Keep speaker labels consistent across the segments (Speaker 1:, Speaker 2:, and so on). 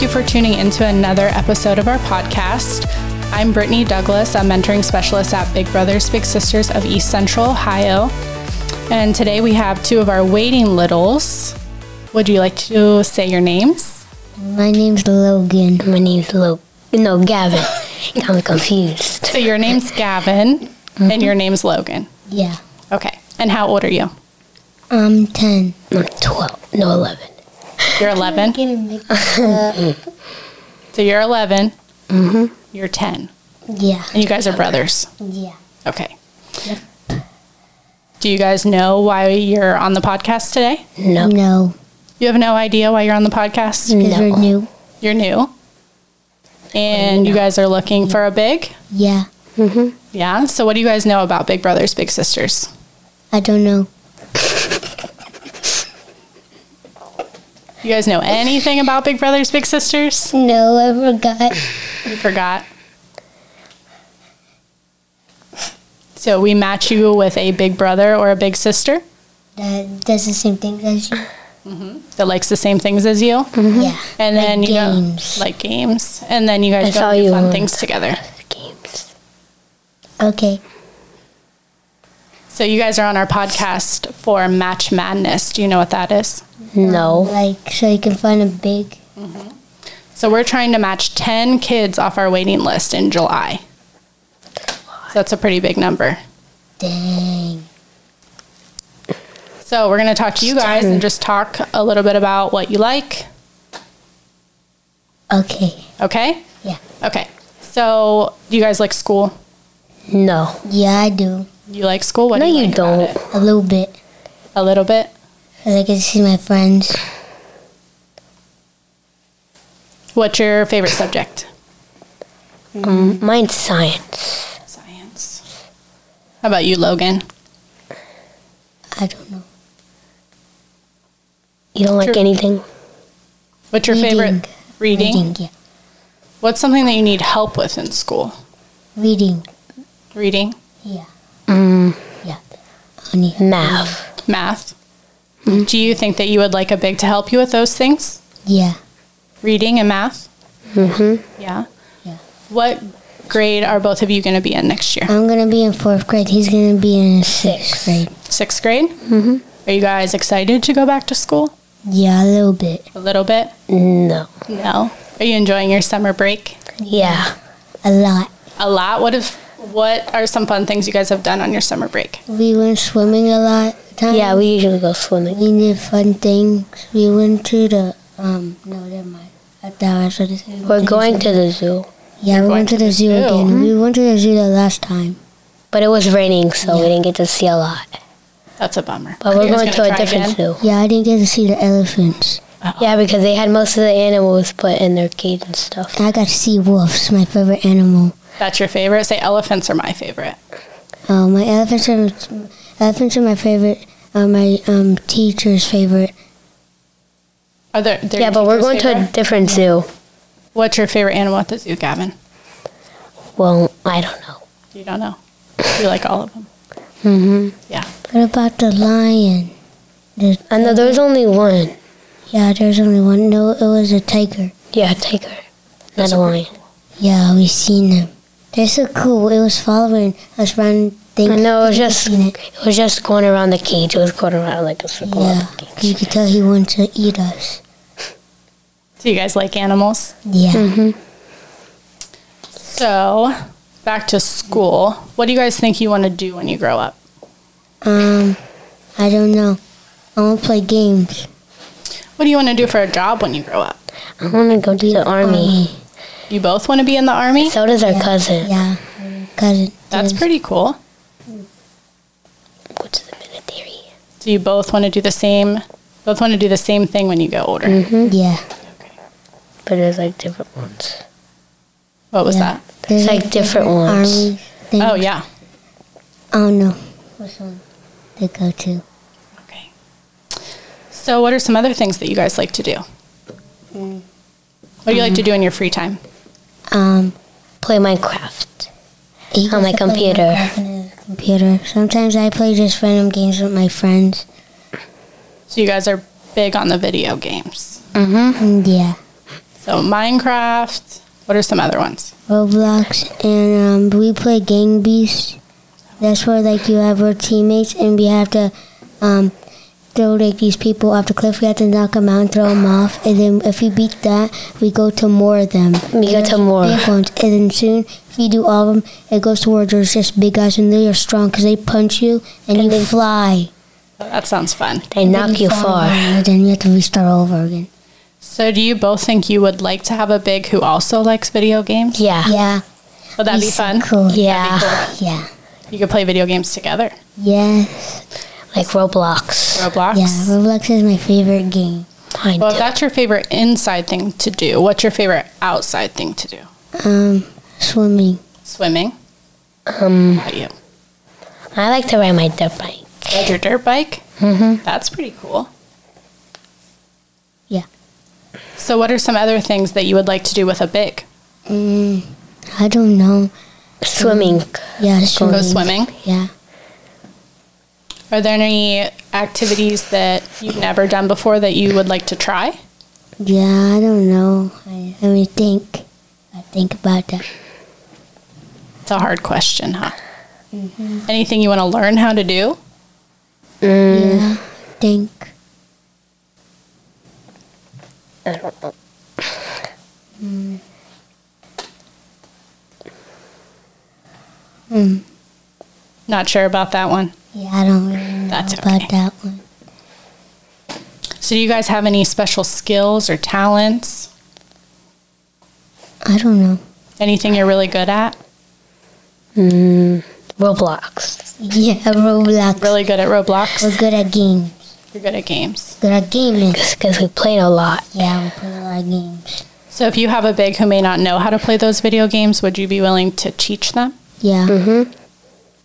Speaker 1: you for tuning into another episode of our podcast. I'm Brittany Douglas, a mentoring specialist at Big Brothers Big Sisters of East Central Ohio. And today we have two of our waiting littles. Would you like to say your names?
Speaker 2: My name's Logan. My name's Lo. No, Gavin. I'm confused.
Speaker 1: So your name's Gavin and your name's Logan.
Speaker 2: Yeah.
Speaker 1: Mm-hmm. Okay. And how old are you?
Speaker 2: I'm 10. I'm 12. No, 11.
Speaker 1: You're 11. So you're 11. Mm-hmm. You're 10.
Speaker 2: Yeah.
Speaker 1: And you guys are brothers.
Speaker 2: Yeah.
Speaker 1: Okay. Do you guys know why you're on the podcast today?
Speaker 2: No. No.
Speaker 1: You have no idea why you're on the podcast?
Speaker 2: Because we're new.
Speaker 1: You're new. And you guys are looking for a big?
Speaker 2: Yeah.
Speaker 1: Yeah. So what do you guys know about Big Brothers Big Sisters?
Speaker 2: I don't know.
Speaker 1: You guys know anything about Big Brothers Big Sisters?
Speaker 2: No, I forgot.
Speaker 1: You forgot. So we match you with a big brother or a big sister
Speaker 2: That does the same thing as you.
Speaker 1: that likes the same things as you.
Speaker 2: Yeah.
Speaker 1: And then
Speaker 2: Mm-hmm. Like
Speaker 1: you go-
Speaker 2: games.
Speaker 1: like games. And then you guys
Speaker 2: That's
Speaker 1: go
Speaker 2: all
Speaker 1: do
Speaker 2: you
Speaker 1: fun
Speaker 2: want.
Speaker 1: things together.
Speaker 2: Games. Okay.
Speaker 1: So you guys are on our podcast for Match Madness. Do you know what that is?
Speaker 2: No. like, so you can find a big.
Speaker 1: So we're trying to match 10 kids off our waiting list in July. So that's a pretty big number.
Speaker 2: Dang.
Speaker 1: So we're going to talk to you guys and just talk a little bit about what you like.
Speaker 2: Okay.
Speaker 1: Okay?
Speaker 2: Yeah.
Speaker 1: Okay. So do you guys like school?
Speaker 3: No.
Speaker 2: Yeah, I do.
Speaker 1: You like school? What
Speaker 3: No,
Speaker 1: do
Speaker 3: you
Speaker 1: like about
Speaker 3: don't.
Speaker 1: it?
Speaker 2: A little bit.
Speaker 1: A little bit.
Speaker 2: I like to see my friends.
Speaker 1: What's your favorite subject?
Speaker 3: Um, mine's science.
Speaker 1: Science. How about you, Logan?
Speaker 2: I don't know.
Speaker 3: You don't like
Speaker 1: True.
Speaker 3: anything?
Speaker 1: What's your favorite? Reading.
Speaker 2: Reading, yeah.
Speaker 1: What's something that you need help with in school?
Speaker 2: Reading.
Speaker 1: Reading,
Speaker 2: Yeah.
Speaker 3: Mm,
Speaker 2: Yeah. Honey.
Speaker 3: math.
Speaker 1: math. Do you think that you would like a big to help you with those things?
Speaker 2: Yeah.
Speaker 1: Reading and math?
Speaker 3: Mm-hmm.
Speaker 1: Yeah.
Speaker 2: Yeah.
Speaker 1: What grade are both of you going to be in next year?
Speaker 2: I'm gonna be in fourth grade. He's gonna be in sixth grade.
Speaker 1: Sixth grade? Mm-hmm. Are you guys excited to go back to school?
Speaker 2: Yeah, a little bit.
Speaker 1: A little bit?
Speaker 3: No.
Speaker 1: No. Are you enjoying your summer break?
Speaker 3: Yeah.
Speaker 2: A lot.
Speaker 1: A lot. What if what are some fun things you guys have done on your summer break?
Speaker 2: We went swimming a lot. of Times.
Speaker 3: Yeah, we usually go swimming.
Speaker 2: we did fun things. We went to the um. No, never mind. I thought I was gonna say. we
Speaker 3: We're
Speaker 2: went to the
Speaker 3: going
Speaker 2: zoo.
Speaker 3: to the zoo.
Speaker 2: Yeah, we went to the zoo Mm-hmm. again. We went to the zoo the last time.
Speaker 3: But it was raining, so we didn't get to see a lot.
Speaker 1: That's a bummer.
Speaker 3: But
Speaker 1: Are
Speaker 3: we're
Speaker 1: you guys
Speaker 3: going to
Speaker 1: gonna
Speaker 3: a
Speaker 1: try
Speaker 3: different
Speaker 1: again?
Speaker 3: zoo.
Speaker 2: Yeah, I didn't get to see the elephants.
Speaker 3: Yeah, because they had most of the animals put in their cage and stuff.
Speaker 2: I got to see wolves, my favorite animal.
Speaker 1: That's your favorite? Say elephants are my favorite.
Speaker 2: Uh, my elephants are elephants are my favorite. Uh, my um teacher's favorite.
Speaker 1: Are there, they're
Speaker 3: Yeah,
Speaker 1: your
Speaker 3: but we're
Speaker 1: teacher's
Speaker 3: going to a
Speaker 1: favorite?
Speaker 3: different zoo.
Speaker 1: What's your favorite animal at the zoo, Gavin?
Speaker 3: Well, I don't know.
Speaker 1: You don't know. You like all of them.
Speaker 3: Mm-hmm.
Speaker 1: Yeah.
Speaker 2: What about the lion? The,
Speaker 3: I know there's only one.
Speaker 2: yeah, there's only one. No, it was a tiger.
Speaker 3: Yeah, tiger. Not
Speaker 1: Those
Speaker 3: a
Speaker 1: are
Speaker 3: lion.
Speaker 2: Yeah, we seen him. They're so cool. It was following us around. Things.
Speaker 3: I know it was
Speaker 2: You
Speaker 3: just
Speaker 2: could see it.
Speaker 3: it was just going around the cage. It was going around like a circle
Speaker 2: Yeah,
Speaker 3: of the cage.
Speaker 2: you could tell he wanted to eat us.
Speaker 1: Do you guys like animals?
Speaker 2: Yeah,
Speaker 3: Mm-hmm.
Speaker 1: So, back to school. What do you guys think you want to do when you grow up?
Speaker 2: um, I don't know. I want to play games.
Speaker 1: What do you want to do for a job when you grow up?
Speaker 3: I want to go to the army.
Speaker 1: You both want to be in the army?
Speaker 3: So does our cousin.
Speaker 2: Um, Yeah, cousin.
Speaker 1: That's
Speaker 2: yes.
Speaker 1: pretty cool.
Speaker 3: Go to the military.
Speaker 1: Do you both want to do the same? Both want to do the same thing when you go older.
Speaker 2: Mm-hmm. Yeah,
Speaker 1: Okay.
Speaker 3: But there's like different ones.
Speaker 1: What was
Speaker 2: yeah.
Speaker 1: that?
Speaker 3: There's like different ones.
Speaker 2: army things.
Speaker 1: Oh yeah.
Speaker 2: Oh no. Which one? To go to.
Speaker 1: Okay. So, what are some other things that you guys like to do? What do you like to do in your free time?
Speaker 2: Um,
Speaker 3: Play Minecraft.
Speaker 2: he
Speaker 3: On my
Speaker 2: goes to play
Speaker 3: computer.
Speaker 2: Minecraft on his Computer. Sometimes I play just random games with my friends.
Speaker 1: So, you guys are big on the video games.
Speaker 2: Mm, Yeah.
Speaker 1: Is So Minecraft. What are some other ones?
Speaker 2: Roblox, and um, we play Gang Beasts. That's where like you have our teammates, and we have to um, throw like these people off the cliff. We have to knock them out and throw them off, and then if we beat that, we go to more of them.
Speaker 3: We go
Speaker 2: And
Speaker 3: to
Speaker 2: there's
Speaker 3: more.
Speaker 2: big ones, and then soon if you do all of them, it goes to where there's just big guys, and they are strong because they punch you and, you fly.
Speaker 1: That sounds fun.
Speaker 3: They knock you far.
Speaker 2: And then you have to restart all over again.
Speaker 1: So do you both think you would like to have a big who also likes video games?
Speaker 3: Yeah.
Speaker 2: Yeah.
Speaker 1: Would that be
Speaker 2: He's so
Speaker 1: fun?
Speaker 2: Cool.
Speaker 3: Yeah.
Speaker 2: Yeah.
Speaker 1: You could play video games together.
Speaker 2: Yes.
Speaker 3: Like Roblox.
Speaker 1: Roblox.
Speaker 2: Yeah. Roblox is my favorite game.
Speaker 3: I
Speaker 1: Well,
Speaker 3: do.
Speaker 1: if that's your favorite inside thing to do, what's your favorite outside thing to do?
Speaker 2: Um, swimming.
Speaker 1: Swimming.
Speaker 3: um,
Speaker 1: How about you?
Speaker 3: I like to ride my dirt bike.
Speaker 1: Ride your dirt bike.
Speaker 3: Mm-hmm.
Speaker 1: That's pretty cool.
Speaker 2: Yeah.
Speaker 1: So, what are some other things that you would like to do with a big?
Speaker 2: Mm, I don't know.
Speaker 3: Swimming.
Speaker 2: Yeah,
Speaker 1: Go
Speaker 2: swimming.
Speaker 1: swimming.
Speaker 2: Yeah.
Speaker 1: Are there any activities that you've never done before that you would like to try?
Speaker 2: Yeah, I don't know. I, I mean, think. I think about that.
Speaker 1: It's a hard question, huh? Anything you want to learn how to do? Hmm.
Speaker 3: Mm,
Speaker 2: Yeah. Think.
Speaker 3: I don't know.
Speaker 2: Mm.
Speaker 1: Not sure about that one.
Speaker 2: Yeah, I don't really know
Speaker 1: That's
Speaker 2: about
Speaker 1: okay.
Speaker 2: that one.
Speaker 1: So, do you guys have any special skills or talents?
Speaker 2: I don't know.
Speaker 1: Anything you're really good at?
Speaker 3: Mm, Roblox.
Speaker 2: Yeah, Roblox.
Speaker 1: Really good at Roblox?
Speaker 2: We're good at games.
Speaker 1: You're good at games.
Speaker 2: Good at gaming.
Speaker 3: Because we played a lot.
Speaker 2: Yeah, we play a lot of games.
Speaker 1: So, if you have a big who may not know how to play those video games, would you be willing to teach them?
Speaker 2: Yeah.
Speaker 3: Mm-hmm.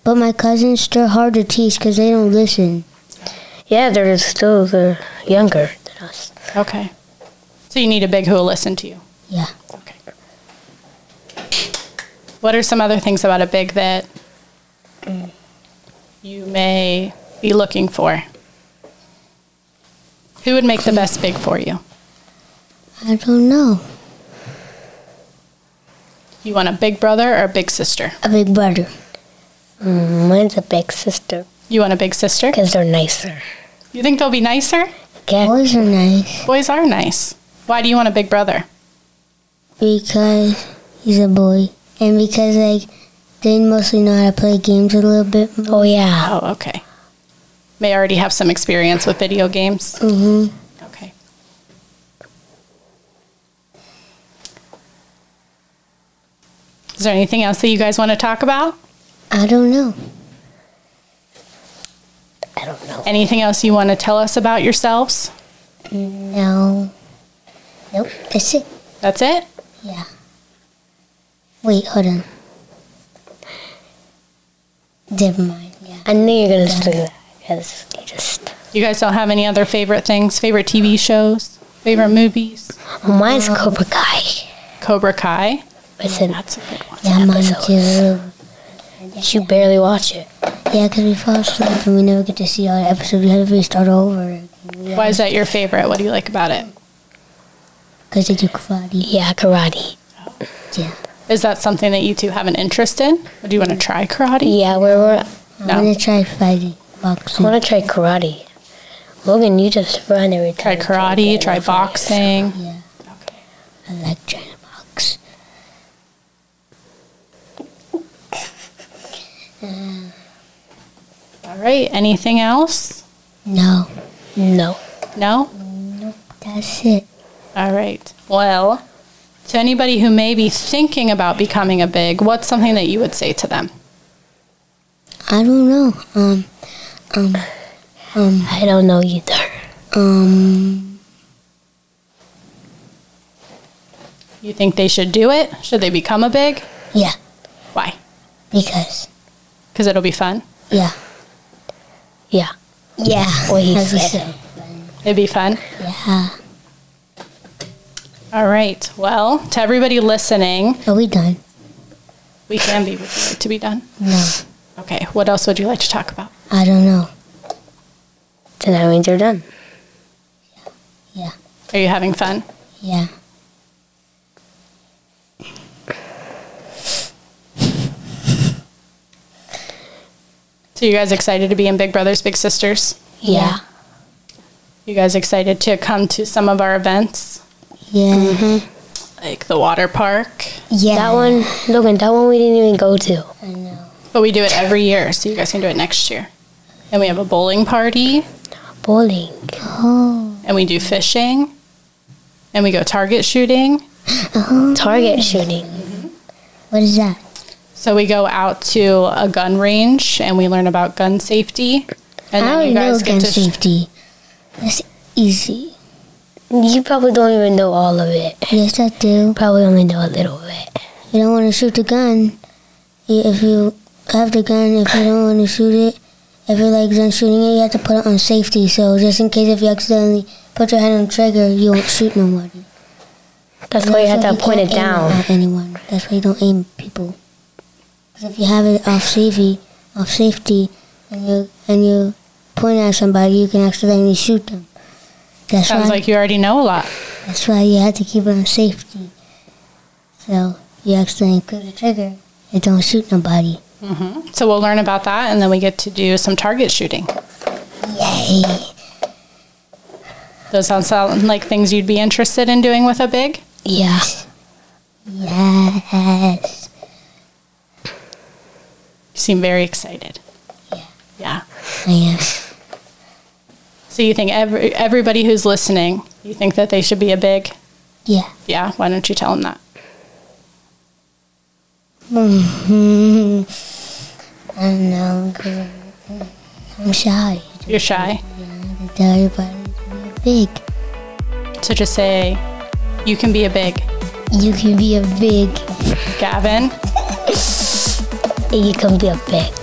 Speaker 2: But my cousins, they're hard to teach because they don't listen.
Speaker 3: Yeah, they're still they're younger than us.
Speaker 1: Okay. So, you need a big who will listen to you.
Speaker 2: Yeah.
Speaker 1: Okay. What are some other things about a big that you may be looking for? Who would make the best big for you?
Speaker 2: I don't know.
Speaker 1: You want a big brother or a big sister?
Speaker 2: A big brother.
Speaker 3: Mm, mine's a big sister
Speaker 1: You want a big sister?
Speaker 3: because they're nicer.
Speaker 1: You think they'll be nicer?
Speaker 3: Yeah,
Speaker 2: Boys are nice
Speaker 1: Boys are nice. Why do you want a big brother?
Speaker 2: because he's a boy. And because, like, they mostly know how to play games a little bit. more.
Speaker 3: Oh yeah.
Speaker 1: Oh, okay. May already have some experience with video games.
Speaker 2: Mhm.
Speaker 1: Okay. Is there anything else that you guys want to talk about?
Speaker 2: I don't know.
Speaker 3: I don't know.
Speaker 1: Anything else you want to tell us about yourselves?
Speaker 2: No. Nope. That's it.
Speaker 1: That's it?
Speaker 2: Yeah. Wait, hold on. Never mind. Yeah.
Speaker 3: I knew you were gonna say that because you just.
Speaker 1: You guys don't have any other favorite things? Favorite TV shows? Favorite movies?
Speaker 3: Oh, mine's Cobra Kai.
Speaker 1: Cobra Kai?
Speaker 3: It's in,
Speaker 1: That's a good one.
Speaker 2: Yeah, mine
Speaker 3: episode.
Speaker 2: too.
Speaker 3: You barely watch it.
Speaker 2: Yeah, because we fall asleep and we never get to see all the episodes. We have to restart over.
Speaker 1: Why is that your favorite? What do you like about it?
Speaker 2: Because they do karate.
Speaker 3: Yeah, karate.
Speaker 2: Yeah.
Speaker 1: Is that something that you two have an interest in? Or do you want to try karate?
Speaker 3: Yeah, we're. we're
Speaker 2: I
Speaker 1: No.
Speaker 2: want to try fighting,
Speaker 3: I
Speaker 2: boxing.
Speaker 3: want to try karate. Logan, you just run every
Speaker 1: Try
Speaker 3: time. you
Speaker 1: karate,
Speaker 3: get
Speaker 1: try
Speaker 3: off of it.
Speaker 1: boxing.
Speaker 2: yeah,
Speaker 1: Okay.
Speaker 2: I like trying to box.
Speaker 1: All right. Anything else?
Speaker 2: No,
Speaker 3: No.
Speaker 1: No?
Speaker 2: that's it.
Speaker 1: All right. Well, to anybody who may be thinking about becoming a big, what's something that you would say to them?
Speaker 2: I don't know. Um, um, um,
Speaker 3: I don't know either.
Speaker 2: um,
Speaker 1: You think they should do it? Should they become a big?
Speaker 2: yeah,
Speaker 1: Why?
Speaker 2: because,
Speaker 1: Because it'll be fun.
Speaker 2: yeah,
Speaker 3: Yeah.
Speaker 2: yeah.
Speaker 3: Well, he
Speaker 2: as we
Speaker 3: said.
Speaker 2: say.
Speaker 1: It'd be fun.
Speaker 2: Yeah.
Speaker 1: All right. Well, to everybody listening,
Speaker 2: Are we done?
Speaker 1: we can be. Would you like to be done?
Speaker 2: No,
Speaker 1: Okay. What else would you like to talk about?
Speaker 2: I don't know.
Speaker 3: Then that means you're done.
Speaker 2: Yeah,
Speaker 1: Are you having fun?
Speaker 2: yeah.
Speaker 1: So you guys excited to be in Big Brothers Big Sisters?
Speaker 2: Yeah.
Speaker 1: You guys excited to come to some of our events
Speaker 2: Yeah.
Speaker 1: like the water park?
Speaker 2: Yeah.
Speaker 3: That one, Logan, that one we didn't even go to.
Speaker 2: I know.
Speaker 1: But we do it every year, so you guys can do it next year. And we have a bowling party,
Speaker 3: Bowling.
Speaker 2: Oh.
Speaker 1: and we do fishing, and we go target shooting.
Speaker 2: oh.
Speaker 3: Target shooting.
Speaker 2: What is that?
Speaker 1: So we go out to a gun range and we learn about gun safety. And
Speaker 2: I
Speaker 1: then
Speaker 2: don't
Speaker 1: you
Speaker 2: know
Speaker 1: guys
Speaker 2: gun
Speaker 1: get to sh-
Speaker 2: safety. That's easy.
Speaker 3: You probably don't even know all of it.
Speaker 2: Yes, I do.
Speaker 3: Probably only know a little bit.
Speaker 2: You don't want to shoot the gun. You- If you have the gun, if you don't want to shoot it, if you're like done shooting it, you have to put it on safety. So just in case if you accidentally put your hand on the trigger, you won't shoot no one.
Speaker 3: That's why you have to
Speaker 2: That's why
Speaker 3: point
Speaker 2: you
Speaker 3: it
Speaker 2: can't aim
Speaker 3: down.
Speaker 2: At anyone. That's why you don't aim at people. 'Cause if you have it off safety, off safety, and you and you point at somebody, you can accidentally shoot them. That's
Speaker 1: sounds
Speaker 2: why.
Speaker 1: like you already know a lot.
Speaker 2: that's why you have to keep it on safety. So you accidentally click the trigger, it don't shoot nobody.
Speaker 1: hmm So we'll learn about that, and then we get to do some target shooting.
Speaker 2: Yay!
Speaker 1: Those sound, sound like things you'd be interested in doing with a big.
Speaker 3: Yeah.
Speaker 2: Yes.
Speaker 1: You seem very excited. Yeah.
Speaker 2: Yes.
Speaker 1: So you think every, everybody who's listening, you think that they should be a big?
Speaker 2: Yeah.
Speaker 1: Yeah. Why don't you tell them that?
Speaker 2: Hmm. I'm not good. I'm shy.
Speaker 1: You're shy.
Speaker 2: I tell everybody to be big.
Speaker 1: So just say, you can be a big.
Speaker 2: You can be a big.
Speaker 1: Gavin,
Speaker 3: You can be a big.